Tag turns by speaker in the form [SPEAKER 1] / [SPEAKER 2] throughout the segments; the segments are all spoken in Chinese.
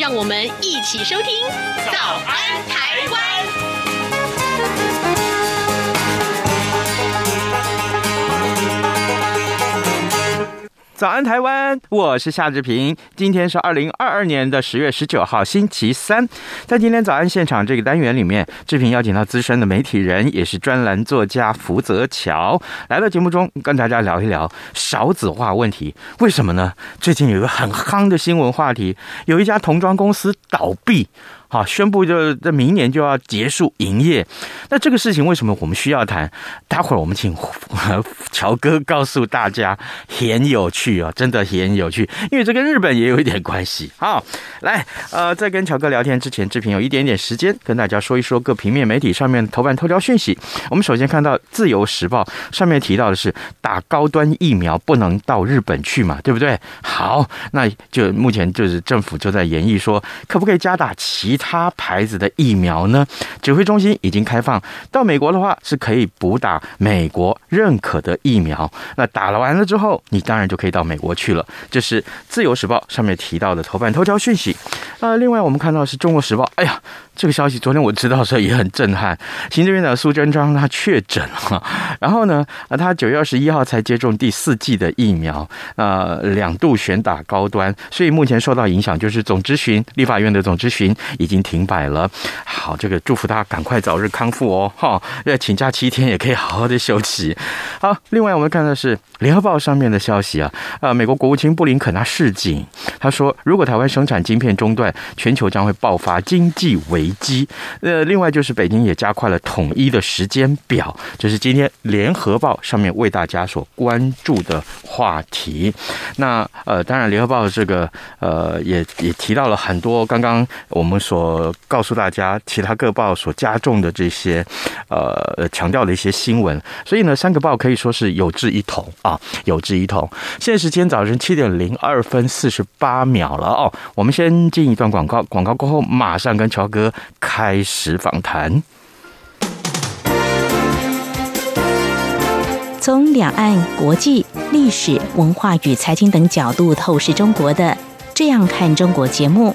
[SPEAKER 1] 让我们一起收听《早安台湾》。
[SPEAKER 2] 早安，台湾！我是夏志平。今天是二零二二年的十月十九号，星期三。在今天早安现场这个单元里面，志平邀请到资深的媒体人，也是专栏作家福泽桥来到节目中，跟大家聊一聊少子化问题。为什么呢？最近有一个很夯的新闻话题，有一家童装公司倒闭。好，宣布就在明年就要结束营业。那这个事情为什么我们需要谈？待会儿我们请 乔哥告诉大家，很有趣哦，真的很有趣，因为这跟日本也有一点关系。好，来，呃，在跟乔哥聊天之前，志平有一点点时间跟大家说一说各平面媒体上面头版头条讯息。我们首先看到《自由时报》上面提到的是打高端疫苗不能到日本去嘛，对不对？好，那就目前就是政府就在研议说，可不可以加打其他牌子的疫苗呢？指挥中心已经开放，到美国的话是可以补打美国认可的疫苗。那打了完了之后，你当然就可以到美国去了。这是《自由时报》上面提到的头版头条讯息。啊、另外我们看到的是《中国时报》，哎呀，这个消息昨天我知道的时候也很震撼。行政院长苏贞昌他确诊了，然后呢，啊，他九月二十一号才接种第四剂的疫苗，呃，两度选打高端，所以目前受到影响就是总咨询，立法院的总咨询已经停摆了。好，这个祝福他赶快早日康复哦，哈，要请假七天也可以好好的休息。好，另外我们看到是《联合报》上面的消息啊，呃，美国国务卿布林肯他示警，他说，如果台湾生产晶片中断，全球将会爆发经济危机。呃，另外就是北京也加快了统一的时间表，这是今天《联合报》上面为大家所关注的话题。那呃，当然，《联合报》这个呃也也提到了很多刚刚我们所告诉大家其他各报所加重的这些呃呃强调的一些新闻，所以呢，三个报可以说是有志一同啊，有志一同。现在时间早晨七点零二分四十八秒了哦，我们先进一段广告，广告过后马上跟乔哥开始访谈。
[SPEAKER 3] 从两岸、国际、历史文化与财经等角度透视中国的《这样看中国》节目，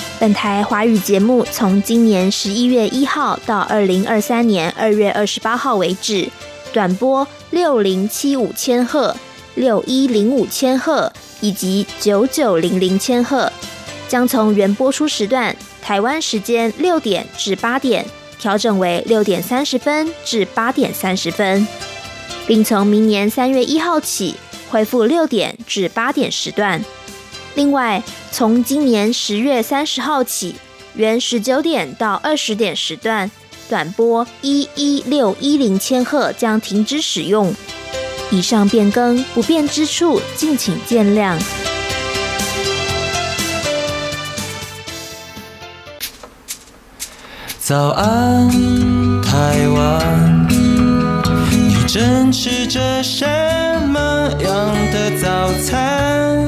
[SPEAKER 4] 本台华语节目从今年十一月一号到二零二三年二月二十八号为止，短波六零七五千赫、六一零五千赫以及九九零零千赫，将从原播出时段台湾时间六点至八点调整为六点三十分至八点三十分，并从明年三月一号起恢复六点至八点时段。另外，从今年十月三十号起，原十九点到二十点时段，短波一一六一零千赫将停止使用。以上变更不便之处，敬请见谅。
[SPEAKER 5] 早安，台湾，你正吃着什么样的早餐？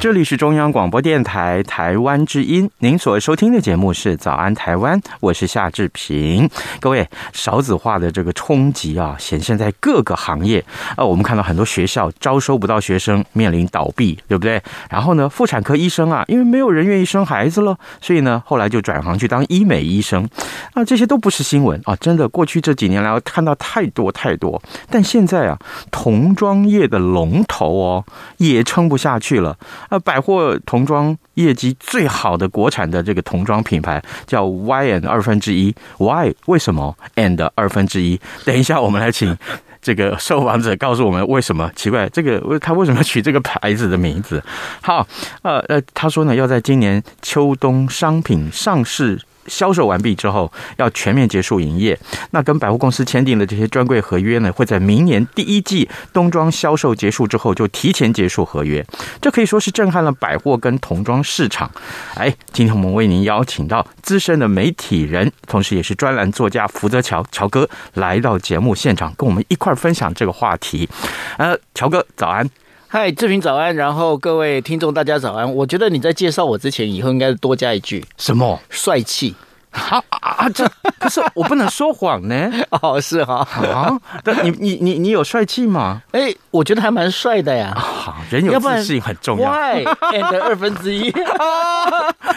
[SPEAKER 2] 这里是中央广播电台台湾之音，您所收听的节目是《早安台湾》，我是夏志平。各位，少子化的这个冲击啊，显现在各个行业。呃，我们看到很多学校招收不到学生，面临倒闭，对不对？然后呢，妇产科医生啊，因为没有人愿意生孩子了，所以呢，后来就转行去当医美医生。啊，这些都不是新闻啊！真的，过去这几年来我看到太多太多。但现在啊，童装业的龙头哦，也撑不下去了。啊，百货童装业绩最好的国产的这个童装品牌叫 Y and 二分之一，Y 为什么 and 二分之一？等一下我们来请这个受访者告诉我们为什么奇怪，这个为他为什么取这个牌子的名字？好，呃呃，他说呢，要在今年秋冬商品上市。销售完毕之后，要全面结束营业。那跟百货公司签订的这些专柜合约呢，会在明年第一季冬装销售结束之后就提前结束合约。这可以说是震撼了百货跟童装市场。哎，今天我们为您邀请到资深的媒体人，同时也是专栏作家福泽乔乔哥来到节目现场，跟我们一块儿分享这个话题。呃，乔哥，早安。
[SPEAKER 6] 嗨，志平早安，然后各位听众大家早安。我觉得你在介绍我之前，以后应该多加一句
[SPEAKER 2] 什么？
[SPEAKER 6] 帅 气。
[SPEAKER 2] 啊啊啊！这可是我不能说谎呢
[SPEAKER 6] 哦，是 哈、
[SPEAKER 2] 啊！但你你你你有帅气吗？
[SPEAKER 6] 哎、我觉得还蛮帅 的呀。哎
[SPEAKER 2] 好，人有
[SPEAKER 6] 要不然
[SPEAKER 2] 自信很重要。
[SPEAKER 6] Why and 二分之一？
[SPEAKER 2] 哎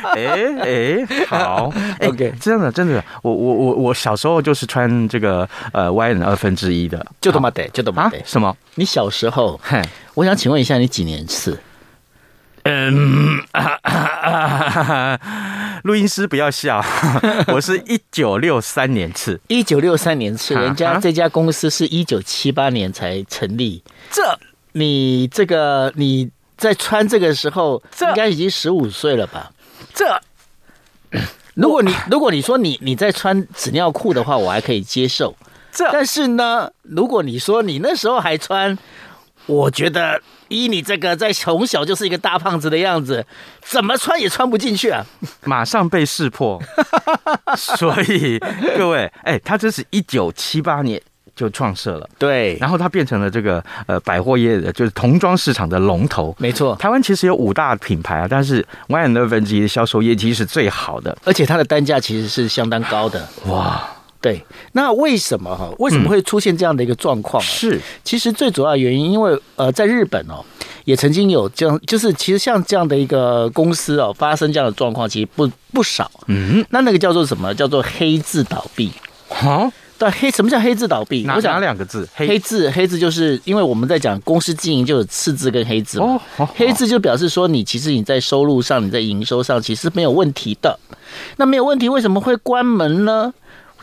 [SPEAKER 2] 哎， 好哎
[SPEAKER 6] OK
[SPEAKER 2] 真的真的，我我我我小时候就是穿这个呃 Y 的二分之一的，
[SPEAKER 6] 就这么得，就这么
[SPEAKER 2] 啊
[SPEAKER 6] 得。
[SPEAKER 2] 什么？
[SPEAKER 6] 你小时候，
[SPEAKER 2] 嘿，
[SPEAKER 6] 我想请问一下，你几年次？
[SPEAKER 2] 嗯，啊啊啊 录音师不要笑，我是一九六三年次，
[SPEAKER 6] 一九六三年次，
[SPEAKER 2] 啊
[SPEAKER 6] 人家这家公司是一九七八年才成立。这你这个你在穿这个时候，应该已经十五岁了吧？
[SPEAKER 2] 这
[SPEAKER 6] 如果你如果你说你你在穿纸尿裤的话，我还可以接受。
[SPEAKER 2] 这
[SPEAKER 6] 但是呢，如果你说你那时候还穿，我觉得依你这个在从小就是一个大胖子的样子，怎么穿也穿不进去啊！
[SPEAKER 2] 马上被识 破，所以各位，哎，他这是一九七八年就创设了，
[SPEAKER 6] 对，
[SPEAKER 2] 然后它变成了这个呃百货业的，就是童装市场的龙头，
[SPEAKER 6] 没错，
[SPEAKER 2] 台湾其实有五大品牌啊，但是 Y and 二分之一的销售业绩是最好的。
[SPEAKER 6] 而且它的单价其实是相当高的。
[SPEAKER 2] 哇，
[SPEAKER 6] 对，那为什么哈？为什么会出现这样的一个状况、啊？
[SPEAKER 2] 是
[SPEAKER 6] 其实最主要的原因，因为呃，在日本哦，也曾经有这样，就是其实像这样的一个公司哦，发生这样的状况，其实不不少。
[SPEAKER 2] 嗯，
[SPEAKER 6] 那那个叫做什么？叫做黑字倒闭。
[SPEAKER 2] 哦，
[SPEAKER 6] 对，黑什么叫黑字倒闭？
[SPEAKER 2] 哪
[SPEAKER 6] 我
[SPEAKER 2] 哪
[SPEAKER 6] 想
[SPEAKER 2] 两个字？
[SPEAKER 6] 黑字黑字就是因为我们在讲公司经营就有赤字跟黑字嘛。
[SPEAKER 2] 哦，好
[SPEAKER 6] 黑字就表示说，你其实你在收入上、你在营收上其实没有问题的。那没有问题，为什么会关门呢？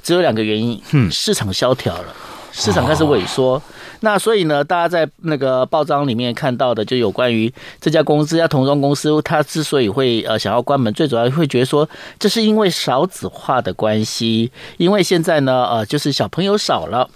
[SPEAKER 6] 只有两个原因，
[SPEAKER 2] 嗯
[SPEAKER 6] 市场萧条了，市场开始萎缩。那所以呢，大家在那个报章里面看到的，就有关于这家公司、这家童装公司，它之所以会呃想要关门，最主要会觉得说，这是因为少子化的关系，因为现在呢，呃，就是小朋友少了。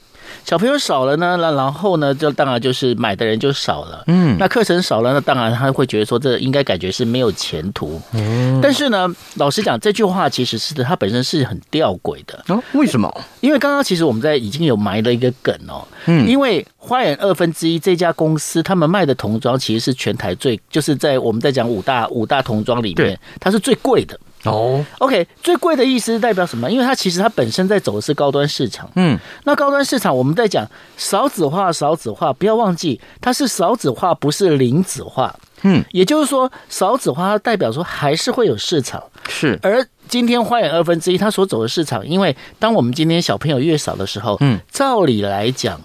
[SPEAKER 6] 小朋友少了呢，那然后呢，就当然就是买的人就少了，嗯，那课程少了，那当然他会觉得说这应该感觉是没有前途，嗯，但是呢，老实讲，这句话其实是它本身是很吊诡的，
[SPEAKER 2] 哦，为什么？
[SPEAKER 6] 因为刚刚其实我们在已经有埋了一个梗哦，
[SPEAKER 2] 嗯
[SPEAKER 6] 因为花园二分之一这家公司，他们卖的童装其实是全台最，就是在我们在讲五大五大童装里
[SPEAKER 2] 对
[SPEAKER 6] 面，它是最贵的。
[SPEAKER 2] 哦，
[SPEAKER 6] OK，最贵的意思是代表什么？因为它其实它本身在走的是高端市场，
[SPEAKER 2] 嗯，
[SPEAKER 6] 那高端市场我们在讲少子化，少子化，不要忘记它是少子化，不是零子化。
[SPEAKER 2] 嗯，
[SPEAKER 6] 也就是说，少子化它代表说还是会有市场，
[SPEAKER 2] 是
[SPEAKER 6] 而今天花园二分之一它所走的市场，因为当我们今天小朋友越少的时候，
[SPEAKER 2] 嗯，
[SPEAKER 6] 照理来讲，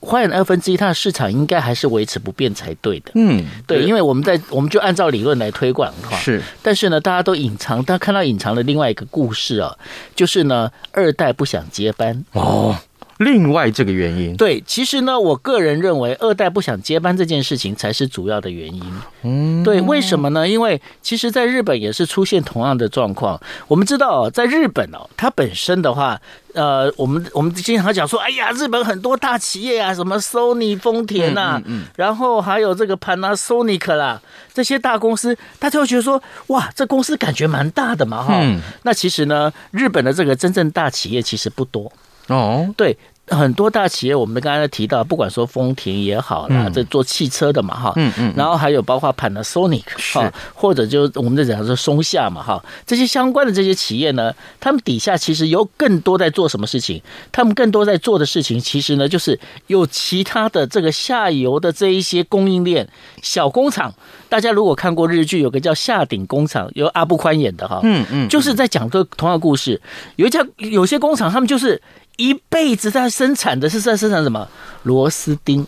[SPEAKER 6] 花园二分之一它的市场应该还是维持不变才对的。
[SPEAKER 2] 嗯，
[SPEAKER 6] 对，因为我们在我们就按照理论来推广的话，
[SPEAKER 2] 是
[SPEAKER 6] 但是呢，大家都隐藏，大家看到隐藏的另外一个故事啊，就是呢，二代不想接班。
[SPEAKER 2] 哦，另外这个原因，
[SPEAKER 6] 对，其实呢，我个人认为二代不想接班这件事情才是主要的原因。嗯，对，为什么呢？因为其实在日本也是出现同样的状况。我们知道、哦，在日本哦，它本身的话，呃，我们我们经常讲说，哎呀，日本很多大企业啊，什么 Sony、丰田呐、啊，然后还有这个 Panasonic 啦，这些大公司，大家会觉得说，哇，这公司感觉蛮大的嘛，哈、
[SPEAKER 2] 嗯
[SPEAKER 6] 那其实呢，日本的这个真正大企业其实不多。
[SPEAKER 2] 哦，
[SPEAKER 6] 对，很多大企业，我们刚才提到，不管说丰田也好啦，
[SPEAKER 2] 嗯
[SPEAKER 6] 这做汽车的嘛哈，
[SPEAKER 2] 嗯嗯嗯
[SPEAKER 6] 然后还有包括 Panasonic 哈，或者就我们在讲说松下嘛哈，这些相关的这些企业呢，他们底下其实有更多在做什么事情？他们更多在做的事情，其实呢就是有其他的这个下游的这一些供应链小工厂。大家如果看过日剧，有个叫《下顶工厂》，由阿布宽演的哈，
[SPEAKER 2] 嗯嗯，
[SPEAKER 6] 就是在讲这个同样的故事。有一家有些工厂，他们就是一辈子在生产的是在生产什么螺丝钉。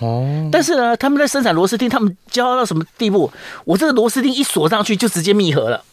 [SPEAKER 2] 哦，
[SPEAKER 6] 但是呢，他们在生产螺丝钉，他们骄傲到什么地步？我这个螺丝钉一锁上去就直接密合了。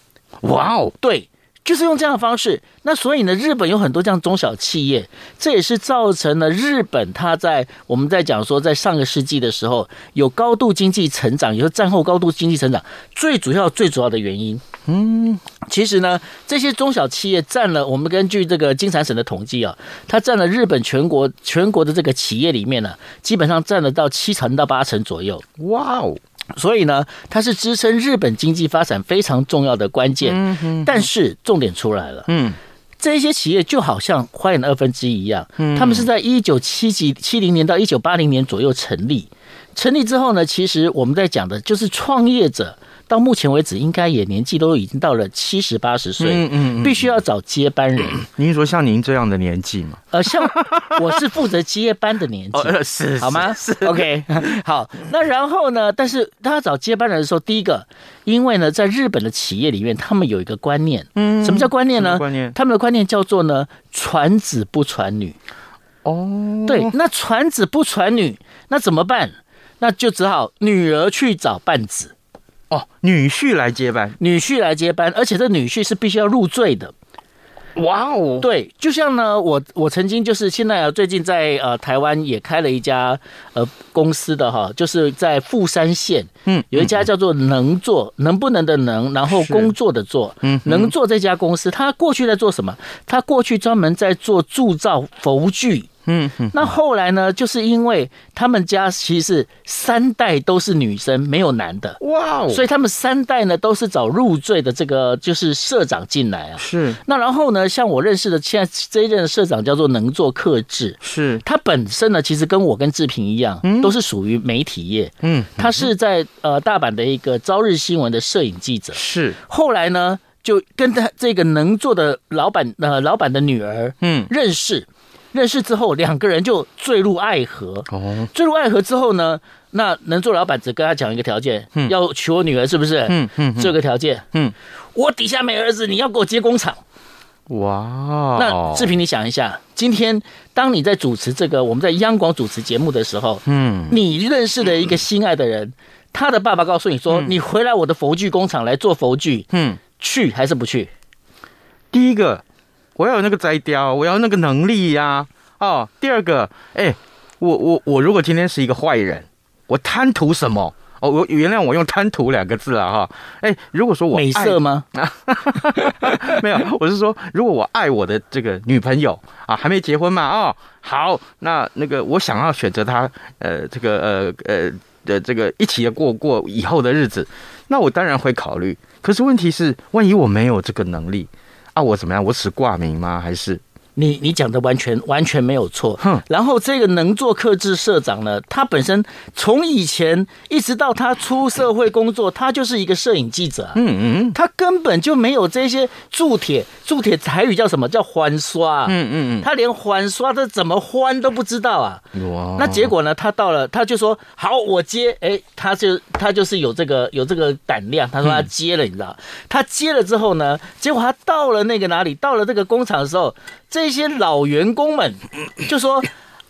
[SPEAKER 2] 哇哦，
[SPEAKER 6] 对，就是用这样的方式。那所以呢，日本有很多这样中小企业，这也是造成了日本它在我们在讲说，在上个世纪的时候有高度经济成长，也就是战后高度经济成长最主要最主要的原因。嗯，其实呢，这些中小企业占了我们根据这个金产省的统计啊，它占了日本全国全国的这个企业里面呢、基本上占了到七成到八成左右。
[SPEAKER 2] 哇哦，
[SPEAKER 6] 所以呢，它是支撑日本经济发展非常重要的关键。但是重点出来了，
[SPEAKER 2] 嗯，
[SPEAKER 6] 这些企业就好像花园的二分之一一样，
[SPEAKER 2] 嗯
[SPEAKER 6] 他们是在一九七几七零年到一九八零年左右成立。成立之后呢，其实我们在讲的就是创业者。到目前为止，应该也年纪都已经到了七十八十岁，
[SPEAKER 2] 嗯嗯嗯
[SPEAKER 6] 必须要找接班人。
[SPEAKER 2] 您说像您这样的年纪嘛，
[SPEAKER 6] 呃，像我是负责接班的年纪，
[SPEAKER 2] 呃是
[SPEAKER 6] 好吗？
[SPEAKER 2] 是是
[SPEAKER 6] OK，好。那然后呢？但是他找接班人的时候，第一个，因为呢，在日本的企业里面，他们有一个观念，嗯，什么叫观念
[SPEAKER 2] 什
[SPEAKER 6] 呢？
[SPEAKER 2] 么观念
[SPEAKER 6] 他们的观念叫做呢，传子不传女。
[SPEAKER 2] 哦，
[SPEAKER 6] 对，那传子不传女，那怎么办？那就只好女儿去找伴子，
[SPEAKER 2] 哦，女婿来接班，
[SPEAKER 6] 女婿来接班，而且这女婿是必须要入赘的。
[SPEAKER 2] 哇哦，
[SPEAKER 6] 对，就像呢，我我曾经就是现在啊，最近在呃台湾也开了一家呃公司的哈，就是在富山县，
[SPEAKER 2] 嗯
[SPEAKER 6] 有一家叫做能做，能不能的能，然后
[SPEAKER 2] 是
[SPEAKER 6] 工作的做，嗯，能做这家公司，他过去在做什么？他过去专门在做铸造佛具。
[SPEAKER 2] 嗯嗯，
[SPEAKER 6] 那后来呢？就是因为他们家其实是三代都是女生，没有男的，
[SPEAKER 2] 哇哦，
[SPEAKER 6] 所以他们三代呢都是找入赘的这个就是社长进来啊。
[SPEAKER 2] 是
[SPEAKER 6] 那然后呢，像我认识的现在这一任的社长叫做能做克制，
[SPEAKER 2] 是，
[SPEAKER 6] 他本身呢其实跟我跟志平一样，都是属于媒体业，
[SPEAKER 2] 嗯
[SPEAKER 6] 他是在呃大阪的一个朝日新闻的摄影记者，
[SPEAKER 2] 是，
[SPEAKER 6] 后来呢就跟他这个能做的老板呃老板的女儿
[SPEAKER 2] 嗯
[SPEAKER 6] 认识，认识之后两个人就坠入爱河，
[SPEAKER 2] 哦，
[SPEAKER 6] 坠入爱河之后呢，那能做老板只跟他讲一个条件，要娶我女儿是不是？
[SPEAKER 2] 嗯嗯嗯
[SPEAKER 6] 这个条件，
[SPEAKER 2] 嗯，
[SPEAKER 6] 我底下没儿子，你要给我接工厂。
[SPEAKER 2] 哇哦，
[SPEAKER 6] 那志平，你想一下，今天当你在主持这个我们在央广主持节目的时候，
[SPEAKER 2] 嗯，
[SPEAKER 6] 你认识的一个心爱的人，他的爸爸告诉你说，你回来我的佛具工厂来做佛具，
[SPEAKER 2] 嗯，
[SPEAKER 6] 去还是不去？
[SPEAKER 2] 第一个，我要有那个摘雕，我要那个能力呀、哦，第二个，哎，我我我如果今天是一个坏人，我贪图什么？哦，我原谅我用贪图两个字啊哈。哎，如果说我
[SPEAKER 6] 美
[SPEAKER 2] 爱
[SPEAKER 6] 色吗？
[SPEAKER 2] 没有，我是说，如果我爱我的这个女朋友啊，还没结婚嘛，哦，好，那那个我想要选择她，呃，这个呃呃的这个一起地过过以后的日子，那我当然会考虑。可是问题是，万一我没有这个能力啊，我怎么样？我只挂名吗？还是
[SPEAKER 6] 你你讲的完全完全没有错
[SPEAKER 2] 哼。
[SPEAKER 6] 然后这个能做克制社长呢，他本身从以前一直到他出社会工作，他就是一个摄影记者啊、
[SPEAKER 2] 嗯嗯
[SPEAKER 6] 他根本就没有这些铸铁，铸铁台语叫什么叫环刷啊、
[SPEAKER 2] 嗯嗯
[SPEAKER 6] 他连环刷的怎么欢都不知道啊。
[SPEAKER 2] 嗯，哇
[SPEAKER 6] 那结果呢？他到了，他就说好，我接。哎，他就他就是有这个有这个胆量，他说他接了，你知道？他接了之后呢，结果他到了那个哪里？到了这个工厂的时候，这些老员工们就说。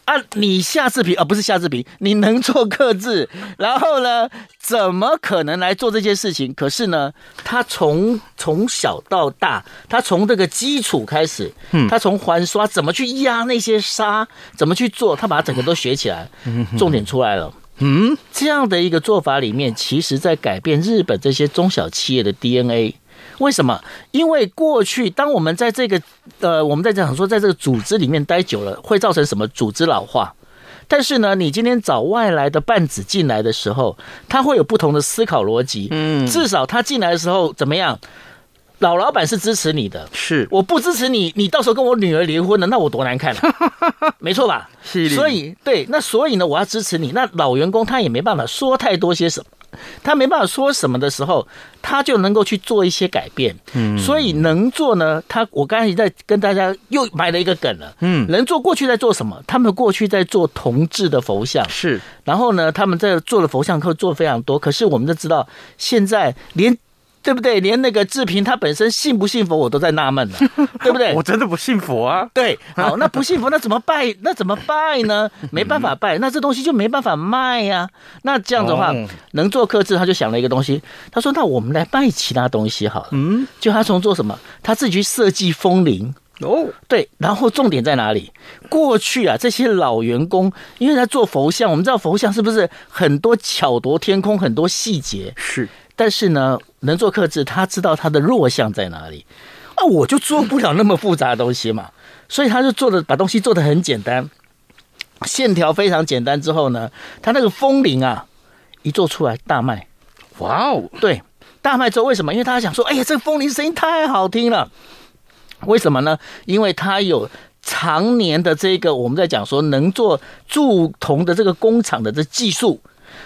[SPEAKER 6] 啊，你夏志平啊，不是夏志平， 你能做克制， 然后呢，怎么可能来做这些事情？可是呢，他从从小到大，他从这个基础开始，他从环刷怎么去压那些沙，怎么去做，他把它整个都学起来。重点出来了。嗯，这样的一个做法里面，其实在改变日本这些中小企业的 DNA。为什么？因为过去当我们在这个呃，我们在讲说，在这个组织里面待久了，会造成什么组织老化？但是呢，你今天找外来的伴子进来的时候，他会有不同的思考逻辑。嗯，至少他进来的时候怎么样？老老板是支持你的，
[SPEAKER 2] 是
[SPEAKER 6] 我不支持你，你到时候跟我女儿离婚了，那我多难看啊， 没错吧？
[SPEAKER 2] 是的
[SPEAKER 6] 所以对，那所以呢，我要支持你。那老员工他也没办法说太多些什么。他没办法说什么的时候，他就能够去做一些改变。嗯，所以能做呢，他我刚才在跟大家又埋了一个梗了。
[SPEAKER 2] 嗯
[SPEAKER 6] 能做过去在做什么？他们过去在做同志的佛像，
[SPEAKER 2] 是
[SPEAKER 6] 然后呢，他们在做的佛像课做得非常多，可是我们都知道，现在连对不对？连那个志平他本身信不信佛，我都在纳闷了，对不 对
[SPEAKER 2] 我？真的不信佛啊。
[SPEAKER 6] 对，好，那不信佛，那怎么拜？那怎么拜呢？没办法拜，那这东西就没办法卖呀、那这样的话，
[SPEAKER 2] 哦
[SPEAKER 6] 能做克制，他就想了一个东西，他说：“那我们来卖其他东西好了。”嗯，就他从做什么？他自己去设计风铃，
[SPEAKER 2] 哦，
[SPEAKER 6] 对，然后重点在哪里？过去啊，这些老员工，因为他做佛像，我们知道佛像是不是很多巧夺天工，很多细节。
[SPEAKER 2] 是
[SPEAKER 6] 但是呢，能做克制，他知道他的弱项在哪里。啊，我就做不了那么复杂的东西嘛，所以他就做的把东西做的很简单，线条非常简单之后呢，他那个风铃啊，一做出来大卖。
[SPEAKER 2] 哇哦，
[SPEAKER 6] 对，大卖之后为什么？因为他想说，哎呀，这个风铃声音太好听了。为什么呢？因为它有常年的这个我们在讲说能做铸铜的这个工厂的这技术。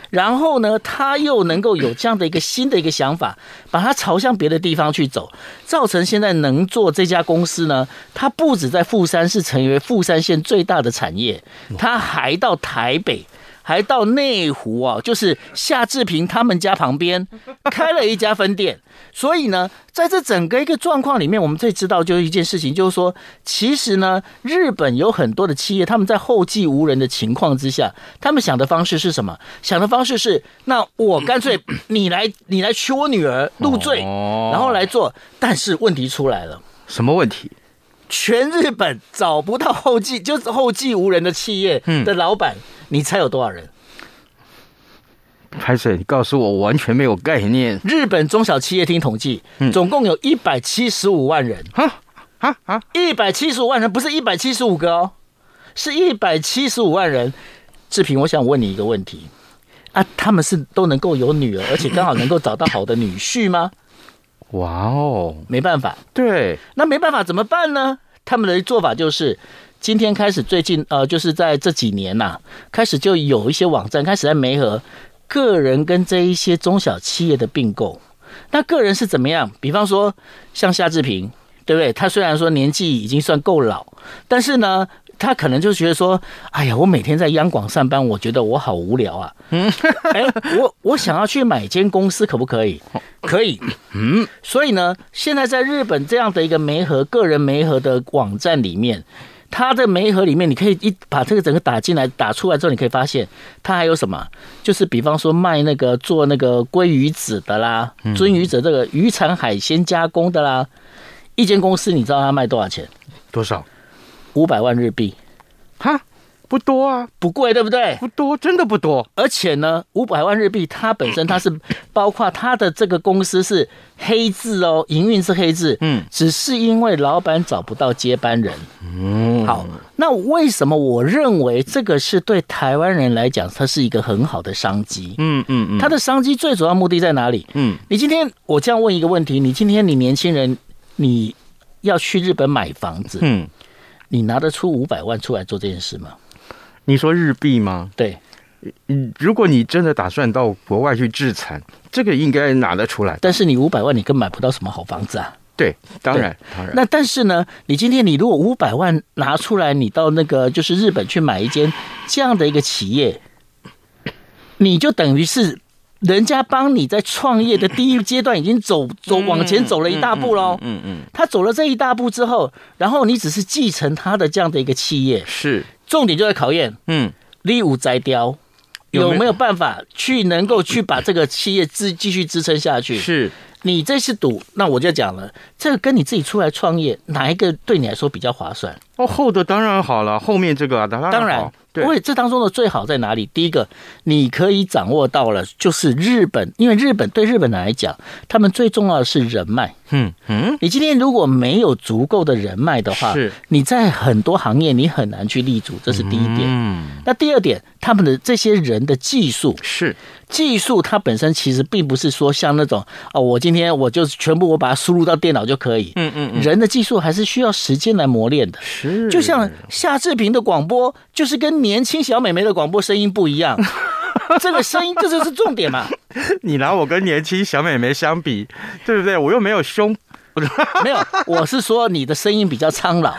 [SPEAKER 6] 然后呢，他又能够有这样的一个新的一个想法，把它朝向别的地方去走，造成现在能做这家公司呢，它不止在富山市成为富山县最大的产业，它还到台北。还到内湖啊，就是夏志平他们家旁 边开了一家分店，所以呢，在这整个一个状况里面，我们最知道就是一件事情，就是说，其实呢，日本有很多的企业，他们在后继无人的情况之下，他们想的方式是什么？想的方式是，那我 干脆你来，你来娶我女儿入赘，
[SPEAKER 2] 哦
[SPEAKER 6] 然后来做。但是问题出来了。
[SPEAKER 2] 什么问题？
[SPEAKER 6] 全日本找不到后继，就是后继无人的企业
[SPEAKER 2] 嗯
[SPEAKER 6] 的老板，你猜有多少人？
[SPEAKER 2] 拍摄，你告诉我，我完全没有概念。
[SPEAKER 6] 日本中小企业厅统计，总共有一百七十五万人，
[SPEAKER 2] 嗯哈哈哈，
[SPEAKER 6] 一百七十五万人不是一百七十五个哦，是一百七十五万人。志平，我想问你一个问题啊，他们是都能够有女儿，而且刚好能够找到好的女婿吗？
[SPEAKER 2] 哇哦，
[SPEAKER 6] 没办法，
[SPEAKER 2] 对，
[SPEAKER 6] 那没办法怎么办呢？他们的做法就是，今天开始，最近呃，就是在这几年呐、开始就有一些网站开始在媒合个人跟这一些中小企业的并购。那个人是怎么样？比方说像夏志平，对不对？他虽然说年纪已经算够老，但是呢。他可能就觉得说，哎呀，我每天在央广上班，我觉得我好无聊啊。哎，我我想要去买间公司，可不可以？可以。所以呢，现在在日本这样的一个媒合个人媒合的网站里面，它的媒合里面，你可以一把这个整个打进来、打出来之后，你可以发现它还有什么，就是比方说卖那个做那个鲑鱼子的啦、鳟鱼子这个渔产海鲜加工的啦，一间公司你知道它卖多少钱？
[SPEAKER 2] 多少？
[SPEAKER 6] 五百万日币，
[SPEAKER 2] 哈，不多啊，
[SPEAKER 6] 不贵，对不对？
[SPEAKER 2] 不多，真的不多。
[SPEAKER 6] 而且呢，五百万日币，它本身它是 包括它的这个公司是黑字哦，营运是黑字，
[SPEAKER 2] 嗯
[SPEAKER 6] 只是因为老板找不到接班人。嗯，好，那为什么我认为这个是对台湾人来讲，它是一个很好的商机？
[SPEAKER 2] 嗯嗯嗯，
[SPEAKER 6] 它的商机最主要目的在哪里？
[SPEAKER 2] 嗯，
[SPEAKER 6] 你今天我这样问一个问题，你今天你年轻人你要去日本买房子，
[SPEAKER 2] 嗯，
[SPEAKER 6] 你拿得出五百万出来做这件事吗？
[SPEAKER 2] 你说日币吗？
[SPEAKER 6] 对，
[SPEAKER 2] 嗯，如果你真的打算到国外去自产，这个应该拿得出来。
[SPEAKER 6] 但是你五百万你更买不到什么好房子啊。
[SPEAKER 2] 对，当然当然。
[SPEAKER 6] 那但是呢，你今天你如果五百万拿出来，你到那个就是日本去买一间这样的一个企业，你就等于是人家帮你在创业的第一阶段已经走走往前走了一大步喽。
[SPEAKER 2] 嗯嗯，
[SPEAKER 6] 他走了这一大步之后，然后你只是继承他的这样的一个企业，
[SPEAKER 2] 是，
[SPEAKER 6] 重点就在考验
[SPEAKER 2] 嗯，
[SPEAKER 6] 立武摘雕。
[SPEAKER 2] 有没有
[SPEAKER 6] 有没有办法去能够去把这个企业支继续支撑下去？
[SPEAKER 2] 是
[SPEAKER 6] 你这次赌，那我就讲了，这个跟你自己出来创业，哪一个对你来说比较划算？
[SPEAKER 2] 哦，厚的当然好了，后面这个啊，当然
[SPEAKER 6] 当然
[SPEAKER 2] 好，对
[SPEAKER 6] 因，为这当中的最好在哪里？第一个，你可以掌握到了，就是日本，因为日本对日本人来讲，他们最重要的是 人脉。
[SPEAKER 2] 嗯嗯，
[SPEAKER 6] 你今天如果没有足够的人脉的话，
[SPEAKER 2] 是
[SPEAKER 6] 你在很多行业你很难去立足，这是第一点。
[SPEAKER 2] 嗯，
[SPEAKER 6] 那第二点，他们的这些人的技术，
[SPEAKER 2] 是
[SPEAKER 6] 技术它本身其实并不是说像那种哦，我今天我就全部我把它输入到电脑就可以。
[SPEAKER 2] 嗯嗯嗯
[SPEAKER 6] 人的技术还是需要时间来磨练的。
[SPEAKER 2] 是，
[SPEAKER 6] 就像夏志平的广播，就是跟年轻小美眉的广播声音不 一样。这个声音，这就是重点嘛？
[SPEAKER 2] 你拿我跟年轻小美眉相比，对不对？我又没有胸，
[SPEAKER 6] 没有，我是说你的声音比较苍老。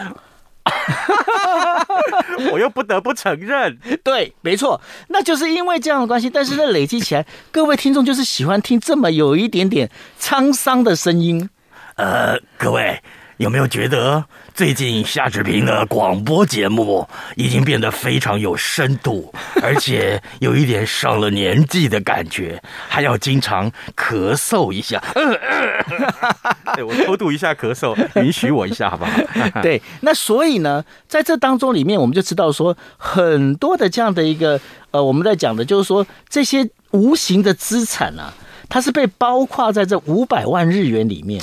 [SPEAKER 2] 我又不得不承认，
[SPEAKER 6] 对，没错，那就是因为这样的关系，但是那累积起来，各位听众就是喜欢听这么有一点点沧桑的声音。
[SPEAKER 7] 呃，各位有没有觉得最近夏志平的广播节目已经变得非常有深度，而且有一点上了年纪的感觉，还要经常咳嗽一下。
[SPEAKER 2] 对我偷渡一下咳嗽，允许我一下好不好？
[SPEAKER 6] 对，那所以呢，在这当中里面，我们就知道说，很多的这样的一个呃，我们在讲的就是说，这些无形的资产啊，它是被包括在这五百万日元里面。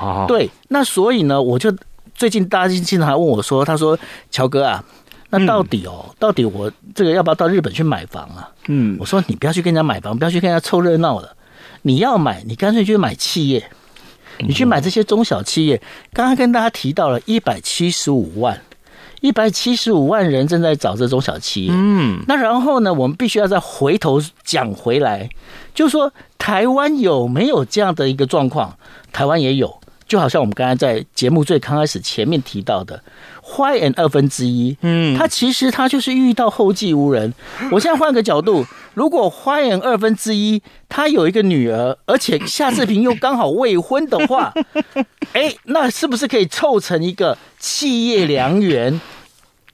[SPEAKER 2] 哇，
[SPEAKER 6] 对，那所以呢，我就最近大家经常还问我说，他说乔哥啊，那到底哦，到底我这个要不要到日本去买房啊？
[SPEAKER 2] 嗯
[SPEAKER 6] 我说你不要去跟人家买房，不要去跟人家凑热闹的。你要买，你干脆去买企业，你去买这些中小企业。刚刚跟大家提到了一百七十五万，一百七十五万人正在找这中小企业。
[SPEAKER 2] 嗯，
[SPEAKER 6] 那然后呢，我们必须要再回头讲回来，就是说台湾有没有这样的一个状况？台湾也有，就好像我们刚才在节目最刚开始前面提到的。坏 n 二分之一，嗯，他其实他就是遇到后继无人。我现在换个角度，如果坏 n 二分之一，他有一个女儿，而且夏志平又刚好未婚的话，哎，那是不是可以凑成一个企业良缘？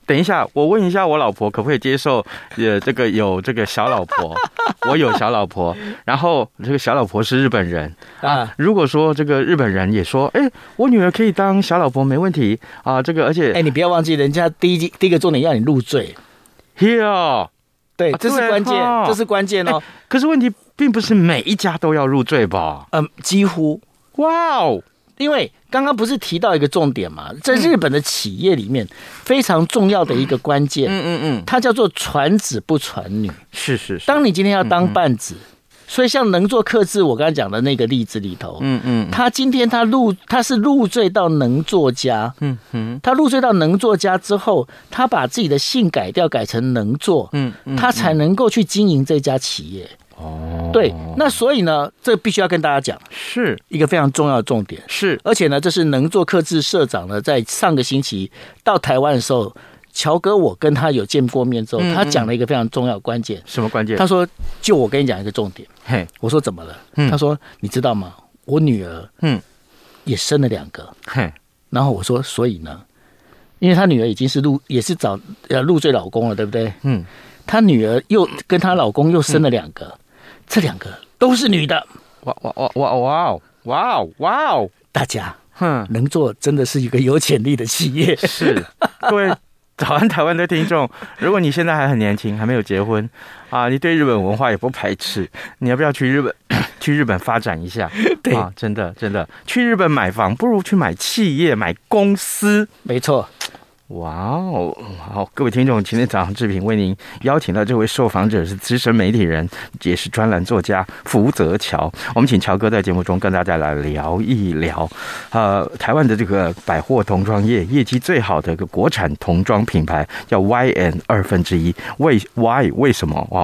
[SPEAKER 2] 等一下，我问一下我老婆可不可以接受？呃，这个有这个小老婆，我有小老婆，然后这个小老婆是日本人，
[SPEAKER 6] 啊，
[SPEAKER 2] 如果说这个日本人也说，哎，我女儿可以当小老婆没问题啊，这个而且
[SPEAKER 6] 哎，你不要忘记，人家第一集第一个重点要你入赘，
[SPEAKER 2] 哎 here，
[SPEAKER 6] 对
[SPEAKER 2] 啊，
[SPEAKER 6] 这是
[SPEAKER 2] 对
[SPEAKER 6] 关键
[SPEAKER 2] 哈，
[SPEAKER 6] 这是关键哦。
[SPEAKER 2] 哎可是问题并不是每一家都要入赘吧？
[SPEAKER 6] 嗯，几乎，
[SPEAKER 2] 哇哦，
[SPEAKER 6] 因为刚刚不是提到一个重点嘛，在
[SPEAKER 2] 嗯
[SPEAKER 6] 日本的企业里面非常重要的一个关键，
[SPEAKER 2] 嗯嗯，
[SPEAKER 6] 它叫做传子不传女。
[SPEAKER 2] 是是是，
[SPEAKER 6] 当你今天要
[SPEAKER 2] 嗯
[SPEAKER 6] 当半子，所以像能做克制，我刚才讲的那个例子里头，
[SPEAKER 2] 嗯嗯
[SPEAKER 6] 他今天他入他是入赘到能作家，
[SPEAKER 2] 嗯嗯
[SPEAKER 6] 他入赘到能作家之后，他把自己的姓改掉，改成能作，
[SPEAKER 2] 嗯嗯
[SPEAKER 6] 他才能够去经营这家企业。哦，对，那所以呢，这必须要跟大家讲
[SPEAKER 2] 是
[SPEAKER 6] 一个非常重要的重点，
[SPEAKER 2] 是，
[SPEAKER 6] 而且呢，这是能作克制社长呢，在上个星期到台湾的时候，乔哥我跟他有见过面之
[SPEAKER 2] 嗯
[SPEAKER 6] 后，他讲了一个非常重要的关键，
[SPEAKER 2] 什么关键？
[SPEAKER 6] 他说：“就我跟你讲一个重点。”
[SPEAKER 2] 嘿，
[SPEAKER 6] 我说：“怎么了？”
[SPEAKER 2] 嗯
[SPEAKER 6] 他说：“你知道吗？我女儿
[SPEAKER 2] 嗯
[SPEAKER 6] 也生了两个。”
[SPEAKER 2] 嘿，
[SPEAKER 6] 然后我说，所以呢，因为她女儿已经是入也是找呃入赘老公了，对不对？
[SPEAKER 2] 嗯，
[SPEAKER 6] 她女儿又跟她老公又生了两个，这两个都是女的。
[SPEAKER 2] 哇哇哇哇哇哦哇哦哇哦，
[SPEAKER 6] 大家
[SPEAKER 2] 哼。
[SPEAKER 6] 能做真的是一个有潜力的企 业，
[SPEAKER 2] 是，各位早安台湾的听众，如果你现在还很年轻，还没有结婚啊，你对日本文化也不排斥，你要不要去日本 去日本发展一下？
[SPEAKER 6] 对
[SPEAKER 2] 啊，真的真的，去日本买房不如去买企业、买公司。
[SPEAKER 6] 没错。
[SPEAKER 2] 哇哦，好，各位听众，今天早上志平为您邀请到这位受访者是资深媒体人，也是专栏作家福泽乔。我们请乔哥在节目中跟大家来聊一聊，呃，台湾的这个百货童装业业绩最好的一个国产童装品牌叫 YN 二分之一，为 Y 为什么哇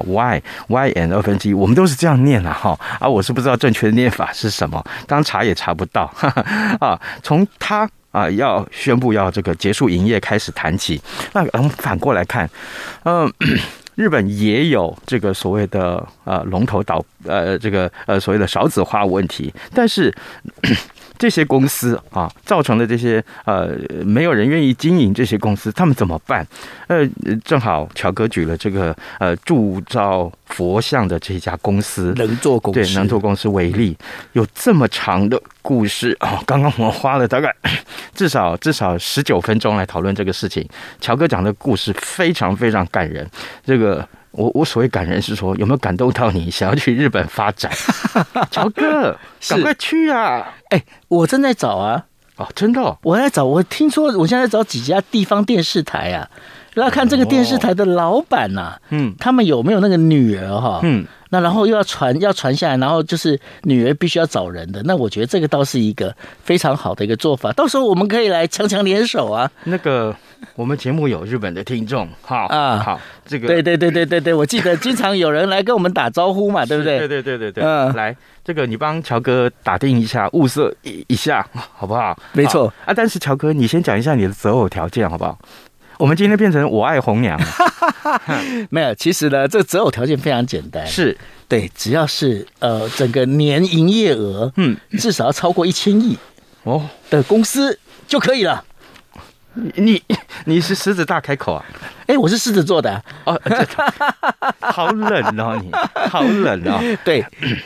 [SPEAKER 2] Y YN 二分之一，我们都是这样念啦、哈啊，我是不知道正确的念法是什么，刚查也查不到 哈哈啊。从它啊要宣布要这个结束营业开始谈起，那我们反过来看，嗯。 日本也有这个所谓的呃龙头岛呃这个呃所谓的少子化问题，但是 这些公司啊，造成了这些呃没有人愿意经营这些公司，他们怎么办？呃，正好乔哥举了这个呃铸造佛像的这家公司，
[SPEAKER 6] 能做公司，
[SPEAKER 2] 对能做公司为例，有这么长的故事啊、刚刚我们花了大概至少至少十九分钟来讨论这个事情。乔哥讲的故事非常非常感人，这个。我我所谓感人是说有没有感动到你想要去日本发展，乔哥，赶快去啊！
[SPEAKER 6] 哎，我正在找啊，
[SPEAKER 2] 哦，真的哦、
[SPEAKER 6] 我在找，我听说我现在在找几家地方电视台啊，要看这个电视台的老板啊呐、
[SPEAKER 2] 嗯
[SPEAKER 6] 他们有没有那个女儿哈、
[SPEAKER 2] 嗯，
[SPEAKER 6] 那然后又要传要传下来，然后就是女儿必须要找人的。那我觉得这个倒是一个非常好的一个做法，到时候我们可以来强强联手啊！
[SPEAKER 2] 那个我们节目有日本的听众，好
[SPEAKER 6] 啊
[SPEAKER 2] 好，这个
[SPEAKER 6] 对对对对对对，我记得经常有人来跟我们打招呼嘛，啊对不对？
[SPEAKER 2] 对对对对对，
[SPEAKER 6] 嗯
[SPEAKER 2] 来，这个你帮乔哥打定一下，物色一一下， 好不好？
[SPEAKER 6] 没错
[SPEAKER 2] 好啊，但是乔哥，你先讲一下你的择偶条件，好不好？我们今天变成我爱红 娘了，
[SPEAKER 6] 没有，其实呢，这择偶条件非常简单，
[SPEAKER 2] 是
[SPEAKER 6] 对，只要是呃整个年营业额
[SPEAKER 2] 嗯
[SPEAKER 6] 至少要超过一千亿
[SPEAKER 2] 哦，
[SPEAKER 6] 的公司就可以了。
[SPEAKER 2] 你你是狮子大开 口啊？
[SPEAKER 6] 哎，我是狮子座的啊、
[SPEAKER 2] 哦，这好冷哦，你好冷哦，
[SPEAKER 6] 对，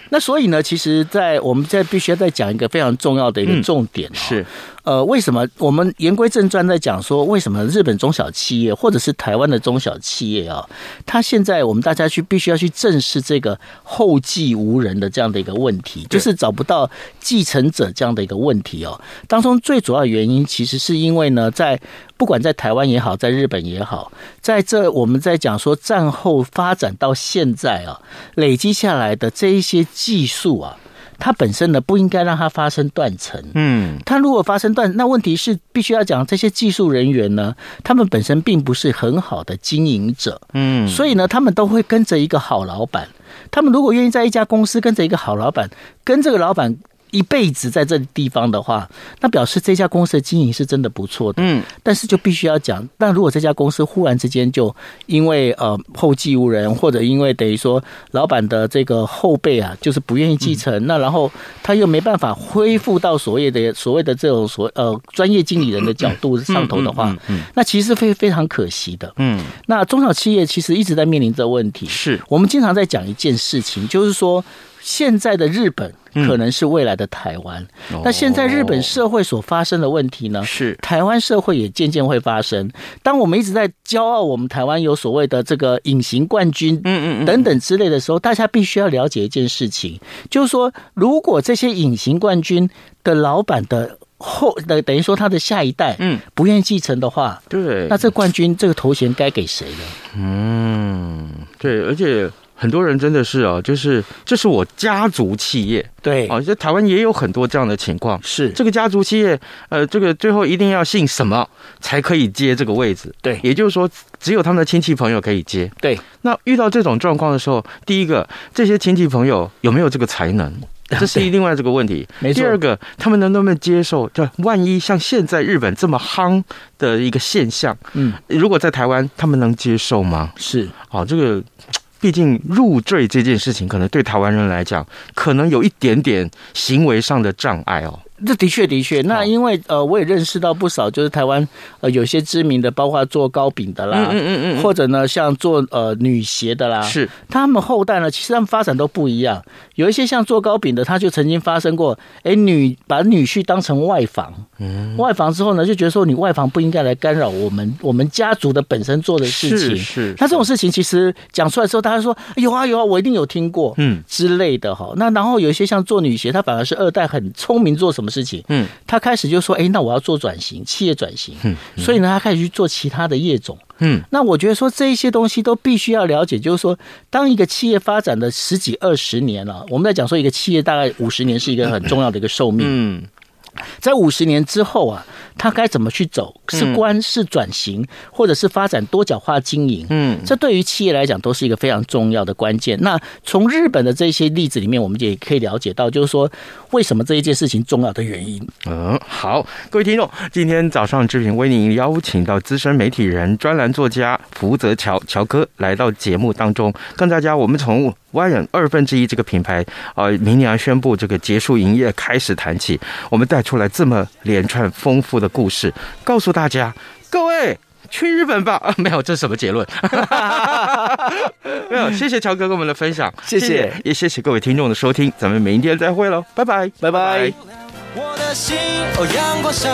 [SPEAKER 6] 那所以呢，其实，在我们在必须要再讲一个非常重要的一个
[SPEAKER 2] 嗯
[SPEAKER 6] 重点、哦
[SPEAKER 2] 是
[SPEAKER 6] 呃，为什么我们言归正传，在讲说为什么日本中小企业或者是台湾的中小企业啊、它现在我们大家去必须要去正视这个后继无人的这样的一个问题，就是找不到继承者这样的一个问题哦。当中最主要的原因其实是因为呢，在不管在台湾也好，在日本也好，在这我们在讲说战后发展到现在啊，累积下来的这一些技术啊，它本身呢不应该让它发生断层。
[SPEAKER 2] 嗯，
[SPEAKER 6] 它如果发生断，那问题是必须要讲这些技术人员呢，他们本身并不是很好的经营者，
[SPEAKER 2] 嗯
[SPEAKER 6] 所以呢，他们都会跟着一个好老板。他们如果愿意在一家公司跟着一个好老板，跟这个老板一辈子在这地方的话，那表示这家公司的经营是真的不错的。
[SPEAKER 2] 嗯，
[SPEAKER 6] 但是就必须要讲，那如果这家公司忽然之间就因为呃后继无人，或者因为等于说老板的这个后辈啊，就是不愿意继
[SPEAKER 2] 嗯
[SPEAKER 6] 承，那然后他又没办法恢复到所谓的所谓的这种所呃专业经理人的角度上头的话，那其实非非常可惜的。
[SPEAKER 2] 嗯，
[SPEAKER 6] 那中小企业其实一直在面临这问题，
[SPEAKER 2] 是
[SPEAKER 6] 我们经常在讲一件事情，就是说现在的日本
[SPEAKER 2] 嗯
[SPEAKER 6] 可能是未来的台湾。那现在日本社会所发生的问题呢？
[SPEAKER 2] 哦是
[SPEAKER 6] 台湾社会也渐渐会发生。当我们一直在骄傲我们台湾有所谓的这个隐形冠军，
[SPEAKER 2] 嗯嗯嗯
[SPEAKER 6] 等等之类的时候，大家必须要了解一件事情，就是说，如果这些隐形冠军的老板的后的等于说他的下一代，
[SPEAKER 2] 嗯，
[SPEAKER 6] 不愿意继承的话，
[SPEAKER 2] 对，
[SPEAKER 6] 那这冠军这个头衔该给谁呢？
[SPEAKER 2] 嗯对，而且很多人真的是哦，就是这是我家族企业，
[SPEAKER 6] 对
[SPEAKER 2] 哦，这台湾也有很多这样的情况。
[SPEAKER 6] 是
[SPEAKER 2] 这个家族企业，呃，这个最后一定要姓什么才可以接这个位置？
[SPEAKER 6] 对
[SPEAKER 2] 也就是说，只有他们的亲戚朋友可以接。
[SPEAKER 6] 对，
[SPEAKER 2] 那遇到这种状况的时候，第一个，这些亲戚朋友有没有这个才 能？这是另外这个问题。
[SPEAKER 6] 没错
[SPEAKER 2] 第二个，他们能不能接受？就万一像现在日本这么夯的一个现象，
[SPEAKER 6] 嗯，
[SPEAKER 2] 如果在台湾，他们能接受吗？
[SPEAKER 6] 是
[SPEAKER 2] 好，这个毕竟入赘这件事情，可能对台湾人来讲，可能有一点点行为上的障碍哦。
[SPEAKER 6] 这的确的确，那
[SPEAKER 2] 好
[SPEAKER 6] 因为呃，我也认识到不少，就是台湾呃有些知名的，包括做糕饼的啦，
[SPEAKER 2] 嗯
[SPEAKER 6] 或者呢像做呃女鞋的啦，
[SPEAKER 2] 是
[SPEAKER 6] 他们后代呢，其实他们发展都不一样。有一些像做糕饼的，他就曾经发生过，哎，女把女婿当成外房，嗯，外房之后呢，就觉得说你外房不应该来干扰我们我们家族的本身做的事情，
[SPEAKER 2] 是是
[SPEAKER 6] 那这种事情其实讲出来之后，大家说有啊有啊，我一定有听过，
[SPEAKER 2] 嗯
[SPEAKER 6] 之类的哈。那然后有一些像做女鞋，她反而是二代很聪明，做什么事情，
[SPEAKER 2] 嗯，
[SPEAKER 6] 她开始就说，哎，那我要做转型，企业转型，嗯，所以呢，她开始去做其他的业种。
[SPEAKER 2] 嗯，
[SPEAKER 6] 那我觉得说这一些东西都必须要了解，就是说，当一个企业发展的十几二十年了、我们在讲说一个企业大概五十年是一个很重要的一个寿命，
[SPEAKER 2] 嗯，
[SPEAKER 6] 在五十年之后啊，它该怎么去走？是关是转型，或者是发展多角化经营？
[SPEAKER 2] 嗯
[SPEAKER 6] 这对于企业来讲都是一个非常重要的关键。那从日本的这些例子里面，我们也可以了解到，就是说为什么这一件事情重要的原因。
[SPEAKER 2] 嗯，好，各位听众，今天早上志平为您邀请到资深媒体人、专栏作家福泽乔乔哥来到节目当中，跟大家我们从 Ryan 二分之一这个品牌，呃，明年要宣布这个结束营业，开始谈起。我们带出来这么连串丰富的故事，告诉大家，各位。去日本吧！ 啊没有，这是什么结论？没有，谢谢乔哥跟我们的分享，
[SPEAKER 6] 谢谢
[SPEAKER 2] 也谢谢各位听众的收听，咱们明天再会喽，拜拜，
[SPEAKER 6] 拜拜。
[SPEAKER 5] 我的心，哦，阳光下，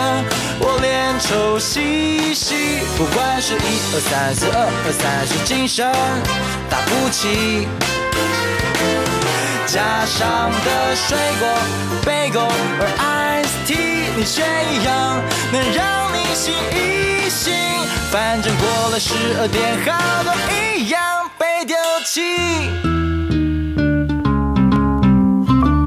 [SPEAKER 5] 我脸臭兮兮。不管是一二三四二二三是精神，打不起。加上的水果，bagel 和 iced tea，你却一样能让你醒一醒。反正过了十二点，好多一样被丢弃。